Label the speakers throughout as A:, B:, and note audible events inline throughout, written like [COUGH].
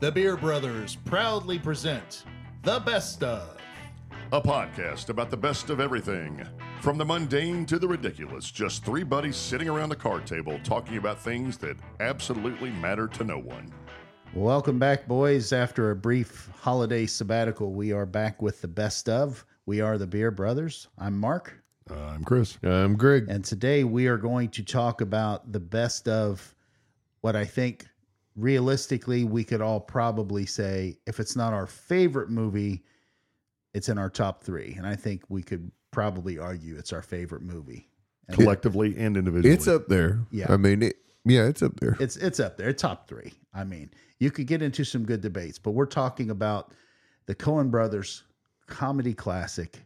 A: The Beer Brothers proudly present the best of
B: A podcast about the best of everything, from the mundane to the ridiculous. Just three buddies sitting around a card table talking about things that absolutely matter to no one.
C: Welcome back, boys. After a brief holiday sabbatical, we are back with the best of. We are the Beer Brothers. I'm Mark,
B: I'm Chris.
D: I'm Greg.
C: and today we are going to talk about the best of what I think realistically we could all probably say if it's not our favorite movie, it's in our top three. And I think we could probably argue it's our favorite movie. And
B: [LAUGHS] Collectively and individually.
D: It's up there.
C: Yeah.
D: I mean, it, yeah, it's up there.
C: it's it's up there top three i mean you could get into some good debates but we're talking about the cohen brothers comedy classic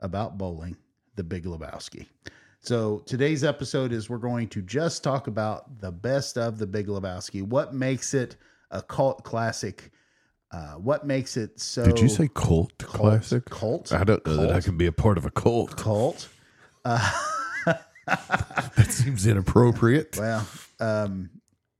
C: about bowling the big lebowski so today's episode is we're going to just talk about the best of the big lebowski what makes it a cult classic uh, what makes it so
D: Did you say cult, classic?
C: cult
D: I don't know that I
C: Cult?
D: can be a part of a
C: [LAUGHS]
D: cult.
C: cult
D: That seems inappropriate.
C: Well, um,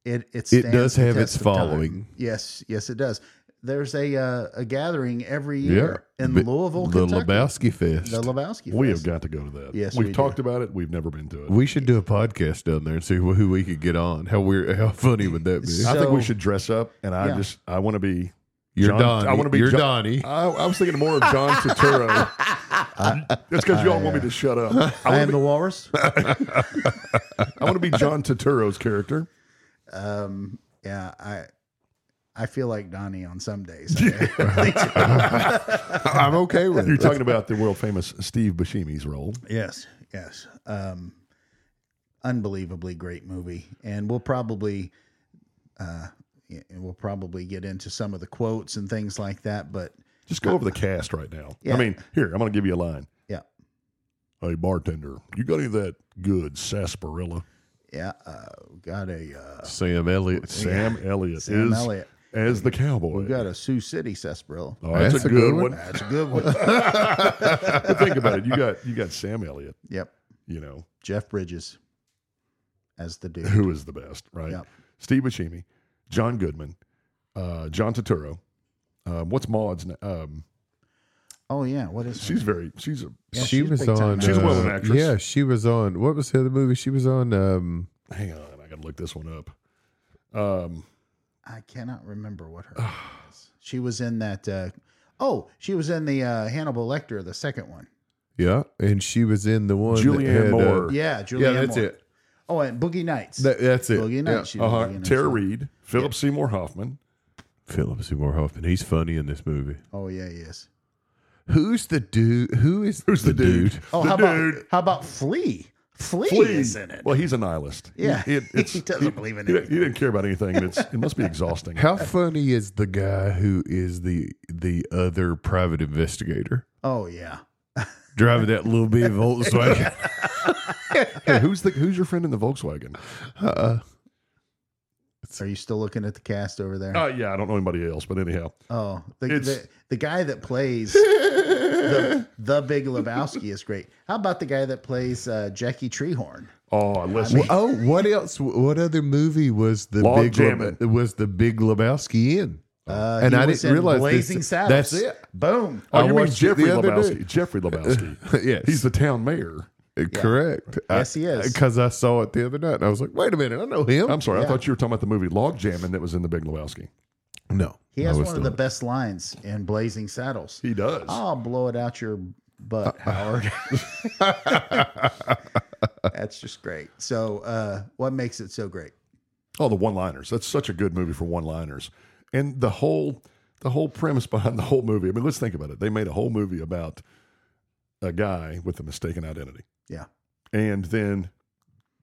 C: it it,
D: It
C: stands
D: does
C: the
D: have
C: test
D: its
C: of time.
D: following.
C: Yes, yes, it does. There's a uh, a gathering every year in
D: But
C: Louisville,
D: the
C: Kentucky.
D: Lebowski Fest.
C: the Lebowski.
B: we have
C: Fest.
B: got to go to that.
C: Yes,
B: We've
C: we do.
B: talked about it. We've never been to it.
D: we should do a podcast down there and see who who we could get on. How weird, how funny would that be?
C: So-
B: I think we should dress up, and I
C: Yeah.
B: just, I want to be.
D: You're
B: John-
D: Donnie.
B: I wanna be
D: You're
B: John-
D: Donnie.
B: I, I was thinking more of John
C: [LAUGHS]
B: Turturro. That's because y'all
C: uh,
B: want me to shut up. I
C: I
B: want
C: am
B: to
C: the
B: be,
C: walrus.
B: I wanna be John Turturro's character.
C: um, yeah, I I feel like Donnie on some days. I-
D: [LAUGHS] I'm okay with
B: You're
D: it.
B: talking about the world famous Steve Buscemi's role.
C: [LAUGHS] yes, yes. Um, unbelievably great movie, and we'll probably uh, yeah, we'll probably get into some of the quotes and things like that. But
B: Just go over the cast right now.
C: Yeah.
B: I mean, here, I'm going to give you a line.
C: yeah,
B: Hey, bartender, you got any of that good sarsaparilla?
C: yeah, uh, got a. Uh,
D: Sam Elliott.
B: Sam Elliott
C: Sam
B: is
C: Elliott.
B: as the cowboy.
C: We got a Sioux City sarsaparilla.
B: Oh, that's, a, good, one. [LAUGHS]
C: That's a good one.
B: But think about it. You got you got Sam Elliott.
C: yep.
B: You know
C: Jeff Bridges as the dude.
B: who is the best, right?
C: Yep.
B: Steve Buscemi, John Goodman, uh, John Turturro. Um, what's Maud's? Na- um,
C: Oh yeah, what is
B: she's very. She's a.
C: Yeah,
D: she
C: she's
D: was
C: big time
D: on.
C: now.
B: She's
D: uh,
B: well an actress.
D: Yeah, she was on. What was the other movie? She was on. Um,
B: Hang on, I got to look this one up. Um,
C: I cannot remember what
B: [SIGHS]
C: her name is. She was in that uh, oh, she was in the uh, Hannibal Lecter, the second one.
D: yeah, and she was in the one. that
B: Julianne
D: had, uh,
B: Moore.
C: Yeah, Julianne
D: yeah, that's
C: Moore.
D: it.
C: Oh, and Boogie Nights.
D: That, that's it.
C: Boogie
D: yeah. Oh,
C: Nights. she was
B: uh-huh,
C: Boogie Nights.
B: Tara Reid, Philip Seymour Hoffman.
D: Philip Seymour Hoffman. He's funny in this movie.
C: Oh yeah, he is.
D: Who's the dude? Who is
B: Who's the, dude?
C: Oh,
B: the
C: how
B: dude.
C: about how about Flea? Flea, is in it.
B: Well, he's a nihilist.
C: Yeah.
B: It-
C: [LAUGHS]
B: it's-
C: He doesn't believe in
B: he-
C: anything.
B: He didn't care about anything. and It's, it
C: [LAUGHS]
B: must be exhausting.
D: How funny is the guy who is the the other private investigator
C: Oh yeah.
D: driving that little bit of [LAUGHS] Volkswagen?
B: Hey, who's the who's your friend in the Volkswagen?
C: Are you still looking at the cast over there?
B: Uh, yeah, I don't know anybody else, but anyhow,
C: Oh, the,
B: It's-
C: the the guy that plays the,
D: [LAUGHS]
C: the Big Lebowski is great. How about the guy that plays uh, Jackie Treehorn?
B: oh, listen,
D: oh, what else? What other movie was the
B: Log
D: big
B: Jammin'.
D: Leb- was the Big Lebowski in?
C: Uh,
D: And
C: he
D: I
C: was
D: didn't
C: in
D: realize this-
C: Blazing Saddles.
D: that's it.
C: Boom.
B: oh,
D: I
B: you mean
D: watched it the
B: Jeffrey
D: other
B: Lebowski?
D: day.
B: Jeffrey [LAUGHS] Lebowski.
D: [LAUGHS] Yes. Uh,
B: he's the town mayor.
D: Correct.
C: Yes, he is.
D: Because I saw it the other night, and I was like, "Wait a minute, I know him."
B: I'm sorry, I
C: Yeah.
B: thought you were talking about the movie Log Jammin' that was in the Big Lebowski.
D: no,
C: He
D: I
C: has
D: was
C: one of the Oh,
D: not.
C: best lines in Blazing Saddles.
B: He does.
C: I'll blow it out your butt,
D: Uh,
C: Howard.
D: [LAUGHS]
C: that's just great. So, uh, what makes it so great?
B: Oh, the one-liners. That's such a good movie for one-liners, and the whole the whole premise [LAUGHS] behind the whole movie. I mean, let's think about it. They made a whole movie about a guy with a mistaken identity,
C: Yeah.
B: and then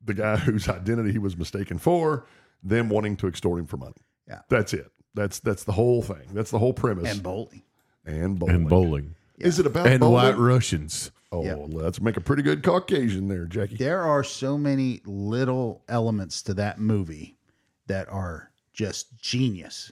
B: the guy [LAUGHS] whose identity he was mistaken for, them wanting to extort him for money.
C: Yeah.
B: that's it. That's that's the whole thing. That's the whole premise.
C: And bowling.
B: and bowling.
D: and bowling
B: Is it about
D: and
B: bowling?
D: White Russians.
B: Oh,
C: Yeah.
B: let's make a pretty good Caucasian there, Jackie.
C: there are so many little elements to that movie that are just genius.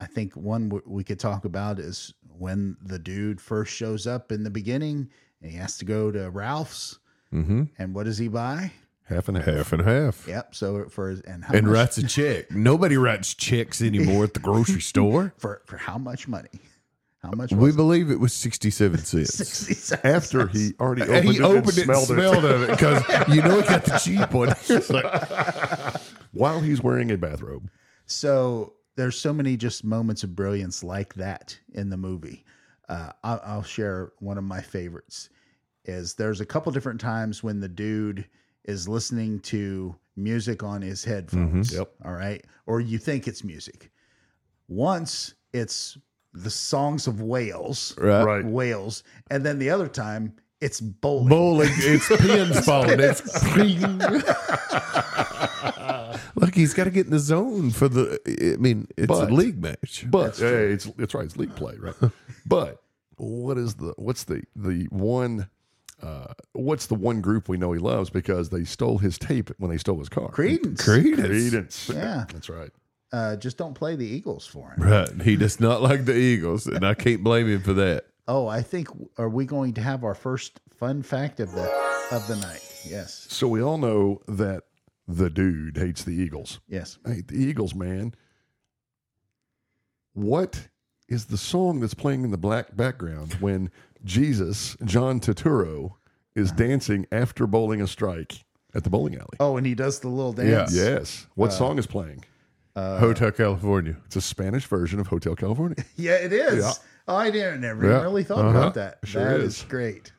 C: I think one w- we could talk about is when the dude first shows up in the beginning and he has to go to Ralph's.
D: Mm-hmm.
C: And what does he buy?
B: half and half.
D: half and half.
C: Yep. So for and how
D: And
C: much,
D: writes a check. Nobody writes checks anymore at the [LAUGHS] grocery store.
C: for for how much money? How much?
D: We
C: Was it?
D: believe it was
C: [LAUGHS]
D: 67 cents.
C: 67
B: After
C: cents.
B: he already
D: And
B: opened,
D: [LAUGHS] he
B: it,
D: opened it
B: and smelled it,
D: of it because you know he got the cheap one. [LAUGHS]
B: while he's wearing a bathrobe.
C: So there's so many just moments of brilliance like that in the movie. Uh, I'll, I'll share one of my favorites. Is there's a couple different times when the dude is listening to music on his headphones.
B: Mm-hmm. Yep.
C: All right, or you think it's music. Once it's the songs of Wales,
D: right.
B: Right.
C: Wales, and then the other time it's bowling.
D: Bowling, it's pins falling. It's ping. Look, he's got to get in the zone for the. I mean, it's
B: But-
D: a league match.
B: But yeah, it's it's right. It's league play,
C: [LAUGHS]
B: right? but what is the what's the the one? Uh, what's the one group we know he loves because they stole his tape when they stole his car?
C: Credence.
B: Credence.
C: Yeah.
B: that's right.
C: Uh, just don't play the Eagles for him.
D: Right. He does not like the Eagles, and I can't blame him for that.
C: Oh, I think are we going to have our first fun fact of the of the night? Yes,
B: So we all know that the dude hates the Eagles.
C: yes.
B: I hate the Eagles, man. What is the song that's playing in the black background when Jesus, John Turturro, is
C: Uh-huh.
B: dancing after bowling a strike at the bowling alley?
C: Oh, and he does the little dance.
B: Yes. What song is playing? uh,
D: Hotel California.
B: It's a Spanish version of
C: [LAUGHS]
B: Hotel California.
C: Yeah, it is.
B: Yeah.
C: Oh, I didn't never
B: Yeah.
C: really thought
B: Uh-huh.
C: about that.
B: Sure
C: that
B: is.
C: is. great.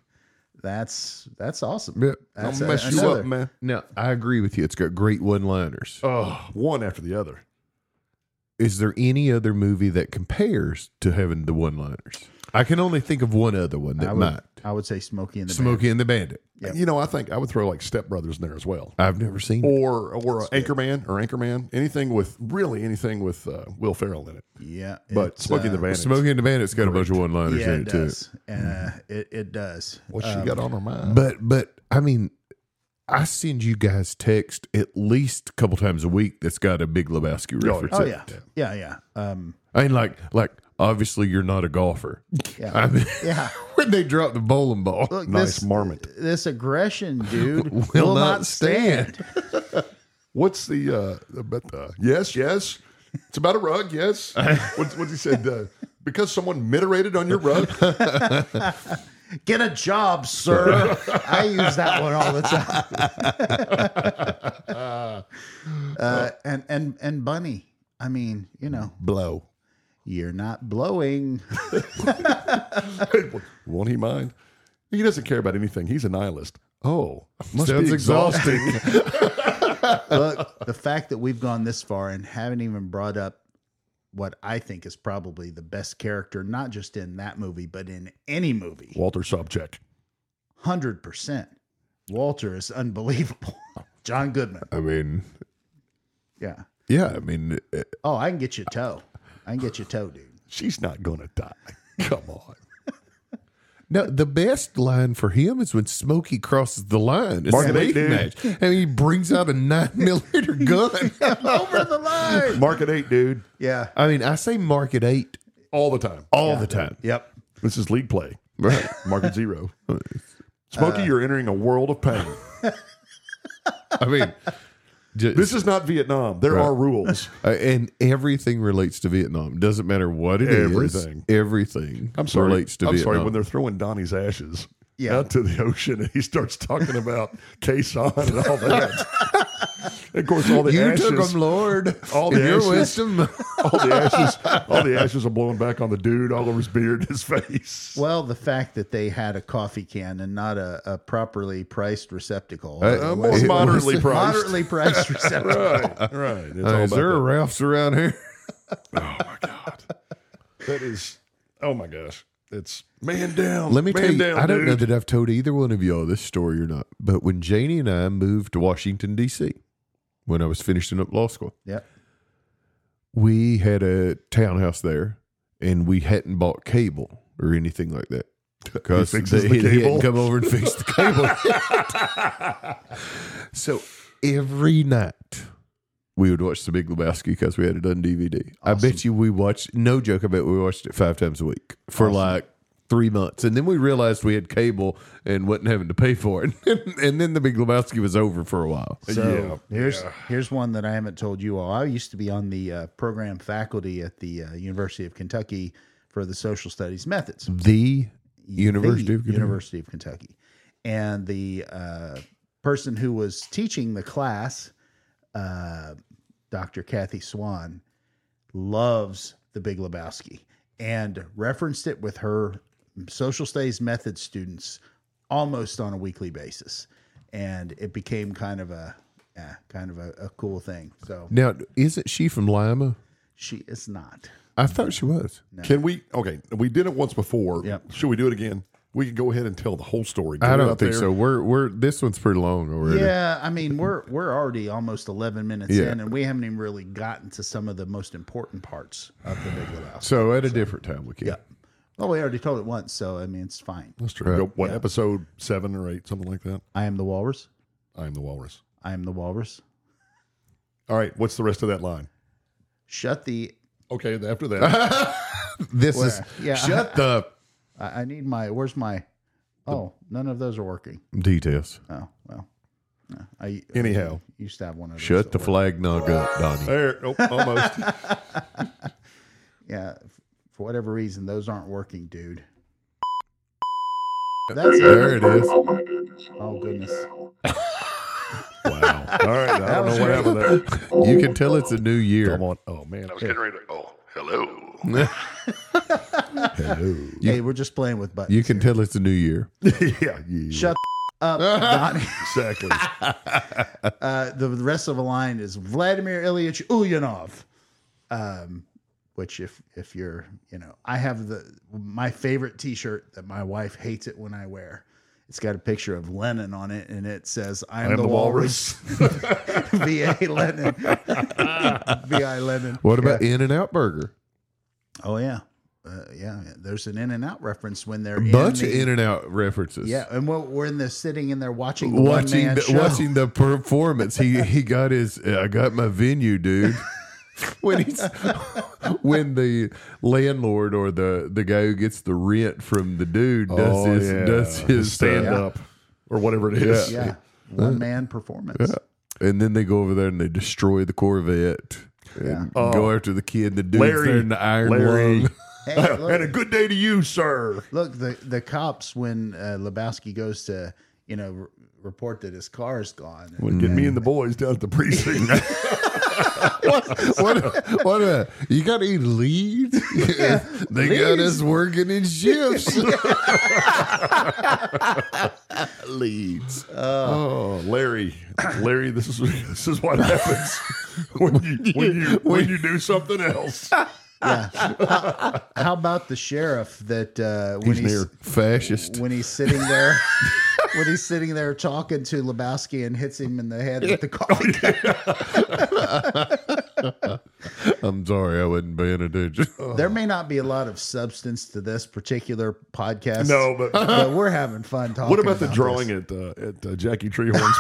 C: That's that's awesome.
D: Yeah.
C: That's
B: I'll
C: a-
B: mess you
C: another-
B: up, man.
D: Now, I agree with you. It's got great one liners.
B: Oh, one after the other.
D: Is there any other movie that compares to having the one liners? I can only think of one other one
C: I
D: that
C: would,
D: might.
C: I would say Smokey and the Bandit.
D: Smokey and the Bandit.
C: Yeah.
B: You know, I think I would throw like Step Brothers in there as well.
D: I've never seen it.
B: Or or uh, Anchorman or Anchorman. Anything with really anything with uh, Will Ferrell in it.
C: Yeah,
B: But
C: it's,
B: Smokey
C: uh,
B: and the Bandit.
D: Smokey and the Bandit's got a bunch of one liners
C: Yeah,
D: in
C: it
D: it, too.
C: does. And, uh,
B: Mm-hmm.
C: it it does. Uh,
B: What she got on her mind?
D: But but I mean, I send you guys text at least a couple times a week that's got a Big Lebowski
B: yeah.
D: reference.
C: Oh
D: in it.
C: yeah, yeah, yeah. Um,
D: I mean, like like obviously you're not a golfer.
C: Yeah.
B: [LAUGHS]
D: I mean, [LAUGHS]
C: yeah.
D: when they drop the bowling ball,
C: Look,
B: nice
C: this
B: marmot.
C: this
B: [LAUGHS]
C: aggression, dude, will,
D: will
C: not
D: not
C: stand.
B: What's the uh, about the yes, yes? It's about a rug, yes. what what he said? Uh, because someone miterated on your rug.
C: Get a job, sir. [LAUGHS] I use that one all the time. [LAUGHS] uh, and and and Bunny. I mean, you know,
B: Blow.
C: you're not blowing.
B: Won't he mind? He doesn't care about anything. He's a nihilist. Oh, must
D: sounds
B: be exhausting.
D: exhausting.
C: Look, the fact that we've gone this far and haven't even brought up what I think is probably the best character, not just in that movie, but in any movie.
B: [LAUGHS] Walter Sobchak.
C: Hundred percent. Walter is unbelievable. [LAUGHS] John Goodman.
D: I mean,
C: Yeah.
D: yeah, I mean, uh,
C: Oh, I can get you a toe. I can get you a toe, dude.
B: She's not gonna die. Come on.
D: no, the best line for him is when Smokey crosses the line. It's
B: Mark
D: a
B: it,
D: league
B: dude.
D: match. I mean, he brings out a nine [LAUGHS] millimeter gun.
C: [LAUGHS]
D: [LAUGHS]
C: Over the line.
B: Mark at eight, dude.
C: Yeah.
D: I mean, I say mark at eight
B: All the time.
D: all the time.
C: Yep.
B: This is league play. Mark at
D: [LAUGHS]
B: zero.
D: Uh,
B: Smokey, you're entering a world of pain.
D: I mean, ju-
B: This is not Vietnam. There are
D: [LAUGHS]
B: rules.
D: Uh, and everything relates to Vietnam. Doesn't matter what it is.
B: Everything.
D: Everything
B: I'm sorry.
D: relates to
B: I'm
D: Vietnam.
B: sorry. When they're throwing Donnie's ashes
C: Yeah.
B: out to the ocean, and he starts talking about [LAUGHS] Quezon and all that. of course, all the
D: you
B: ashes,
D: took them, Lord.
B: [LAUGHS] All
D: in
B: the
D: your
B: ashes. [LAUGHS]
D: wisdom.
B: all the ashes, all the ashes are blowing back on the dude, all over his beard, his face.
C: Well, the fact that they had a coffee can and not a, a properly priced receptacle.
D: Uh,
B: Uh, more
D: It was
B: moderately priced.
D: [LAUGHS]
C: Moderately
B: [LAUGHS]
C: priced receptacle.
B: right, right. It's all
D: Uh, is
B: about
D: there a
B: that.
D: Ralph's around here?
B: that is, oh my gosh, it's man down.
D: Let me
B: man
D: tell you,
B: down,
D: I don't know
B: dude.
D: that I've told either one of y'all this story or not, but when Janie and I moved to Washington, D.C., when I was finishing up law school,
C: Yep.
D: we had a townhouse there and we hadn't bought cable or anything
B: [LAUGHS]
D: like that. Because
B: fixes
D: they-
B: the
D: he
B: cable?
D: hadn't come over and fix the cable.
B: [LAUGHS]
D: so every night we would watch The Big Lebowski because we had it on DVD. I bet you we watched, no joke, I bet we watched it five times a week for like three months, and then we realized we had cable and wasn't having to pay for it. [LAUGHS] and then the Big Lebowski was over for a while.
C: So here's here's one that I haven't told you all. I used to be on the uh, program faculty at the uh, University of Kentucky for the social studies methods.
D: The University
C: the
D: of Kentucky.
C: University of Kentucky, and the uh, person who was teaching the class, uh, Dr. Kathy Swan, loves The Big Lebowski and referenced it with her social studies method students almost on a weekly basis, and it became kind of a yeah, kind of a, a cool thing. So
D: now, isn't she from Lima?
C: she is not.
D: I thought she was.
B: Can we? Okay, we did it once before.
C: Yep.
B: Should we do it again? We can go ahead and tell the whole story. Get
D: I
B: it
D: don't
B: out
D: think
B: there.
D: so. We're we're this one's pretty long already.
C: Yeah, I mean we're we're already almost eleven minutes
D: Yeah.
C: in, and we haven't even really gotten to some of the most important parts of the Big Lebowski.
D: So at a different time we can.
C: Yeah. Well, we already told it once, so I mean it's fine.
B: That's true. Go, what episode seven or eight, something like that?
C: I am the walrus.
B: I am the walrus.
C: I am the walrus.
B: All right. What's the rest of that line?
C: Shut the. uh,
B: Okay. After [LAUGHS] that,
D: This is [LAUGHS]
C: Yeah.
D: shut the
C: [LAUGHS] I, I need my. Where's my? Oh, none of those are working.
D: details.
C: Oh well. No, I
B: anyhow,
C: I used to have one of those.
D: Shut the
C: that worked.
D: flag nog up, Donnie.
B: there. Oh, almost.
C: Yeah. f- For whatever reason, those aren't working, dude. That's
D: There it is.
C: Oh goodness.
B: [LAUGHS] wow. All right. I don't know what happened there.
D: You can tell it's a new year.
B: Come on. Oh [LAUGHS] man.
C: hey, we're just playing with buttons.
D: [LAUGHS] You can tell it's a new year.
B: yeah. yeah.
C: Shut
B: [LAUGHS]
C: up, Donnie.
B: Exactly.
C: [LAUGHS] Uh, the the rest of the line is Vladimir Ilyich Ulyanov, um, which if if you're you know I have the my favorite T-shirt that my wife hates it when I wear. It's got a picture of Lenin on it, and it says "I am the, walrus." [LAUGHS] V A Lenin, [LAUGHS] V I Lenin.
D: What about In and Out Burger?
C: Oh yeah, uh, yeah. There's an In and Out reference when they're
D: Bunch
C: in
D: of
C: the-
D: In and Out references.
C: yeah, and we're, we're in there sitting in there watching the
D: Watching
C: one-man
D: the,
C: show.
D: watching the performance,
B: [LAUGHS]
D: he he got his. uh, I got my venue, dude. when he's when the landlord or the the guy who gets the rent from the dude does
B: Oh,
D: his
B: yeah.
D: does his
B: stand
D: uh,
B: up or whatever it is.
C: yeah, one man performance.
D: and then they go over there and they destroy the Corvette. And
B: Yeah.
D: go after the kid. The dude's there
B: Oh. Larry.
D: in the iron
B: Larry. [LAUGHS]
D: lung. [LAUGHS]
C: Hey, look.
B: [LAUGHS] And a good day to you, sir.
C: Look, the the cops when uh, Lebowski goes to you know r- report that his car is gone.
B: Would get me and the boys down at the precinct. [LAUGHS]
D: what? What? A, you got to lead. [LAUGHS] they got us working
B: [LAUGHS]
D: in shifts.
B: leads. oh, Larry, Larry, this is this is what happens [LAUGHS] when you when you when you do something else.
C: How about the sheriff that uh, when he's,
D: Fascist.
C: when he's sitting
D: [LAUGHS]
C: there when he's sitting there talking to Lebowski and hits him in the head with the coffee cup?
D: I'm sorry, I wasn't paying attention.
B: Oh.
C: There may not be a lot of substance to this particular podcast.
B: No, but
C: But we're having fun talking.
B: [LAUGHS] what about the
C: this.
B: drawing at uh, at uh, Jackie Treehorn's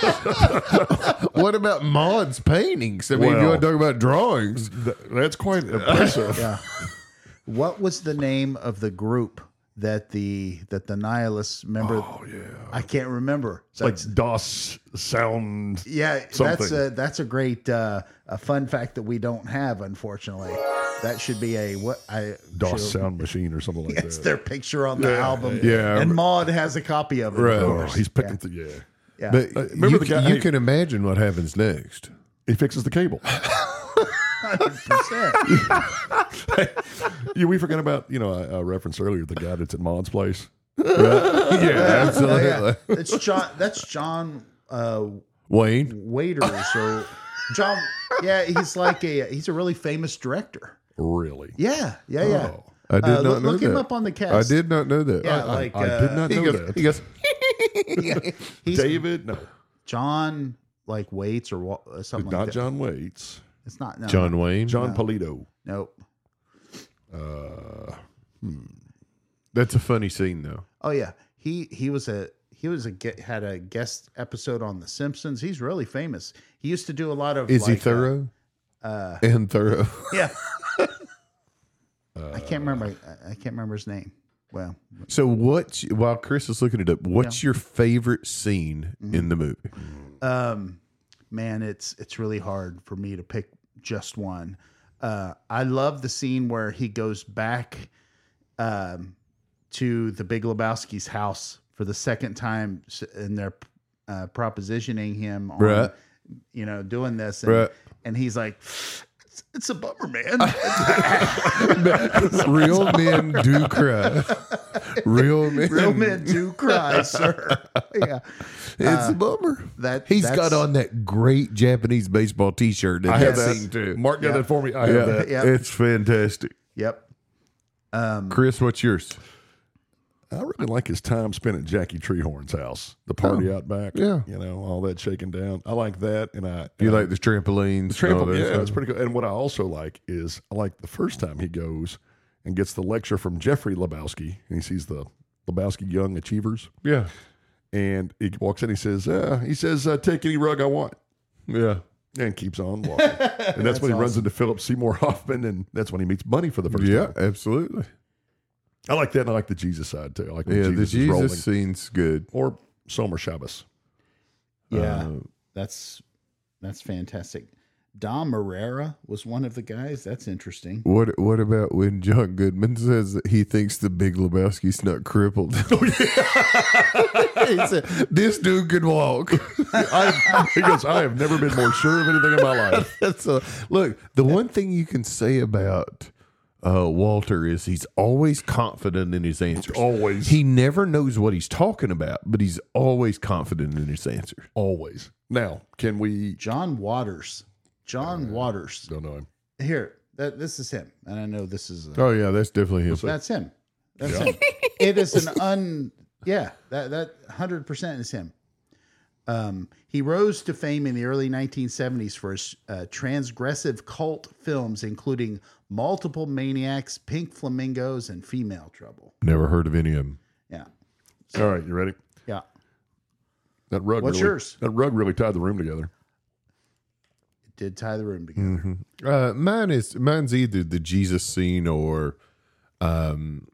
B: place?
D: what about Maud's paintings? I mean, if you
B: Well-
D: want to talk about drawings?
B: Th- That's quite impressive.
C: What was the name of the group that the that the nihilists member? Oh yeah, I can't remember.
B: It's like DOS sound.
C: Yeah, that's
B: something.
C: a that's a great uh, a fun fact that we don't have, unfortunately. That should be a what I [LAUGHS]
B: DOS
C: should-
B: sound machine or something like
C: It's
B: that.
C: their picture on the album.
D: yeah.
C: and Maud has a copy of it.
D: Right.
C: Of
B: Oh,
C: course.
B: he's picking the yeah.
C: Yeah. [LAUGHS]
D: But
B: uh, remember
D: you,
B: the guy-
D: you
B: hey.
D: can imagine what happens next.
B: He fixes the cable.
C: 100%.
B: yeah, we forgot about you know I, I referenced earlier the guy that's at
C: [LAUGHS]
B: Maud's place.
D: Yeah, absolutely.
C: Oh, yeah. [LAUGHS] It's John. That's John uh,
D: Wayne,
C: Waiters. So John. Yeah, he's like a he's a really famous director.
B: Really?
C: Yeah, yeah, yeah.
B: Oh,
D: I did
C: Uh,
D: not
C: look
D: know
C: look
D: that.
C: him up on the
D: I
C: cast.
D: did not know that.
C: Yeah,
D: I- I-
C: like
B: I did
C: uh,
B: not
D: he
B: know
D: goes,
B: that.
D: he goes,
C: [LAUGHS]
D: [LAUGHS]
C: he's
B: David, no,
C: John like Waits or wa- uh, something like
B: not
C: that.
B: John Waits.
C: It's not no,
D: John Wayne.
B: John Polito.
C: Nope.
D: That's a funny scene, though.
C: Oh yeah, he he was a he was a ge- had a guest episode on The Simpsons. He's really famous. He used to do a lot of uh,
D: Is he
C: like, uh,
D: thorough? and thorough.
C: yeah. I can't remember. I, I can't remember his name. Well,
D: [LAUGHS] So what? While Chris is looking it up, what's your favorite scene in the [LAUGHS] movie?
C: um, man, it's it's really hard for me to pick just one. Uh, I love the scene where he goes back um, to the Big Lebowski's house for the second time, s- and they're uh, propositioning him on,
D: Bruh.
C: you know, doing this, and,
D: Bruh.
C: and he's like, "It's- "It's a bummer,
D: [LAUGHS]
C: man." [LAUGHS]
D: Real men do cry. [LAUGHS] Real men.
C: Real men do cry, sir. [LAUGHS] Yeah,
D: It's a bummer.
C: that-
D: he's
C: that's-
D: got on that great Japanese baseball T-shirt. That
B: I have
D: that
B: that.
D: scene too.
B: Mark got
C: Yeah.
B: that for me. I
D: yeah,
B: have that.
C: Yeah.
D: it's fantastic.
C: yep.
D: Chris, what's yours?
B: I really like his time spent at Jackie Treehorn's house, the party
C: Oh.
B: out back.
D: yeah.
B: you know all that shaking down. I like that, and I
D: You
B: and I-
D: like the trampolines?
B: The
D: and all
B: trampoline,
D: that
B: yeah,
D: stuff?
B: it's pretty cool. And what I also like is I like the first time he goes and gets the lecture from Jeffrey Lebowski, and he sees the Lebowski Young Achievers,
D: yeah,
B: and he walks in. He says, uh, "He says, uh, take any rug I want,"
D: yeah.
B: and keeps on
D: [LAUGHS]
B: walking. and that's, when he runs into Philip Seymour [LAUGHS] Hoffman, and that's when he meets Bunny for the first
D: Yeah,
B: time.
D: absolutely.
B: I like that. And I like the Jesus side too. I like when
D: Yeah,
B: Jesus
D: the
B: is
D: Jesus
B: rolling,
D: scene's good.
B: or Somer Shabbos.
C: Yeah,
D: Uh,
C: that's that's fantastic. Dom Herrera was one of the guys. That's interesting.
D: What What about when John Goodman says that he thinks the Big Lebowski's not [LAUGHS] crippled? he said, "This dude could walk."
B: [LAUGHS] I, he goes, "I have never been more sure of anything in my life."
D: [LAUGHS] That's a, look. The one thing you can say about uh, Walter is he's always confident in his answers.
B: Always.
D: [LAUGHS] he never knows what he's talking about, but he's always confident in his answers.
B: Always. Now, can we? [LAUGHS]
C: John Waters. John Waters.
B: Don't know him.
C: Here, that this is him, and I know this is a,
D: Oh yeah, that's definitely him.
C: that's him. That's him. It is an un. Yeah, that that hundred percent is him. Um, he rose to fame in the early 1970s for his uh, transgressive cult films, including Multiple Maniacs, Pink Flamingos, and Female Trouble.
D: Never heard of any of them.
C: Yeah,
B: All right, you ready?
C: yeah.
B: That rug.
C: What's
B: really,
C: yours?
B: That rug really tied the room together.
C: It did tie the room together.
D: Uh, mine is mine's either the Jesus scene or, um,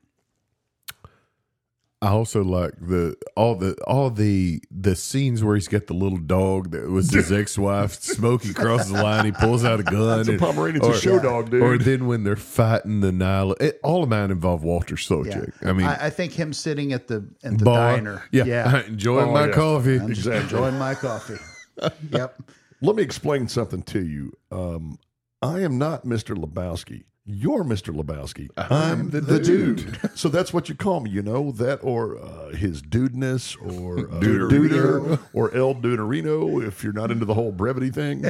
D: I also like the all the all the the scenes where he's got the little dog that was
C: [LAUGHS]
D: his ex wife. Smokey crosses the line. He pulls out a gun.
B: It's a
D: and-
B: Pomeranian's a show dog, dude.
D: Or then when they're fighting the Nile. It, all of mine involve Walter Sobchak. I mean,
C: I, I think him sitting at the at the
D: bar-
C: diner.
D: Yeah, [LAUGHS]
C: yeah.
D: enjoying
B: Oh,
D: my
B: yeah.
D: coffee.
C: I'm just
B: Exactly.
C: enjoying my
D: [LAUGHS]
C: coffee. yep.
B: Let me explain something to you. Um, I am not Mr. Lebowski. You're Mr. Lebowski. I'm the, dude. so that's what you call me, you know, that or uh, his dudeness or uh,
D: Duderino.
B: Duder or El Duderino if you're not into the whole brevity [LAUGHS] thing.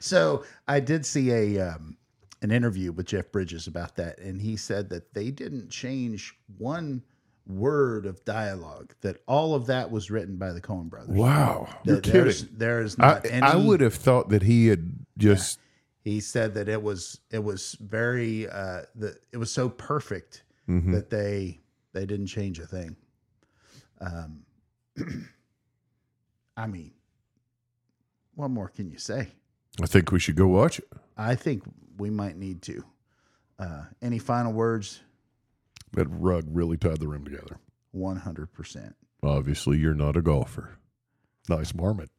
C: So I did see a um, an interview with Jeff Bridges about that, and he said that they didn't change one word of dialogue. That all of that was written by the Coen brothers.
D: wow.
C: That
B: You're
C: there's, There is
D: I,
C: not any.
D: I would have thought that he had just.
C: He said that it was it was very uh, the it was so perfect
D: Mhm.
C: that they they didn't change a thing. Um, [CLEARS THROAT] I mean, what more can you say?
D: I think we should go watch it.
C: I think we might need to. Uh, any final words?
B: That rug really tied the room together.
C: One hundred percent.
D: Obviously, you're not a golfer.
B: Nice marmot.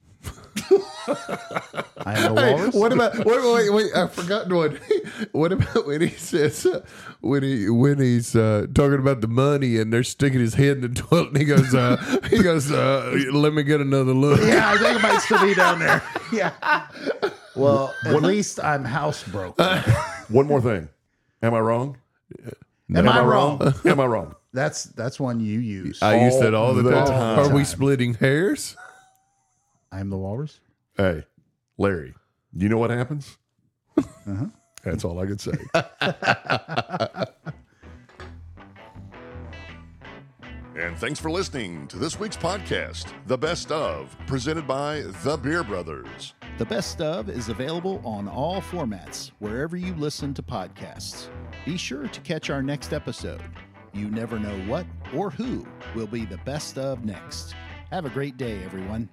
C: I [LAUGHS] am a walrus.
D: What about wait wait wait? wait I forgot one. [LAUGHS] what about when he says uh, when he when he's uh, talking about the money and they're sticking his head in the toilet and he goes uh, [LAUGHS] he goes uh, let me get another look.
C: yeah, I think it might still be down there. [LAUGHS] Yeah. Well, at least I'm housebroken.
B: One more thing. Am I wrong?
C: Am I wrong?
B: [LAUGHS] Am I wrong?
C: That's that's one you use.
D: I use that all the,
B: All the
D: time. Are we splitting hairs?
C: I'm the walrus.
B: Hey, Larry, you know what happens? That's all I could say. and thanks for listening to this week's podcast, The Best of, presented by The Beer Brothers.
A: The Best of is available on all formats wherever you listen to podcasts. Be sure to catch our next episode. You never know what or who will be the best of next. Have a great day, everyone.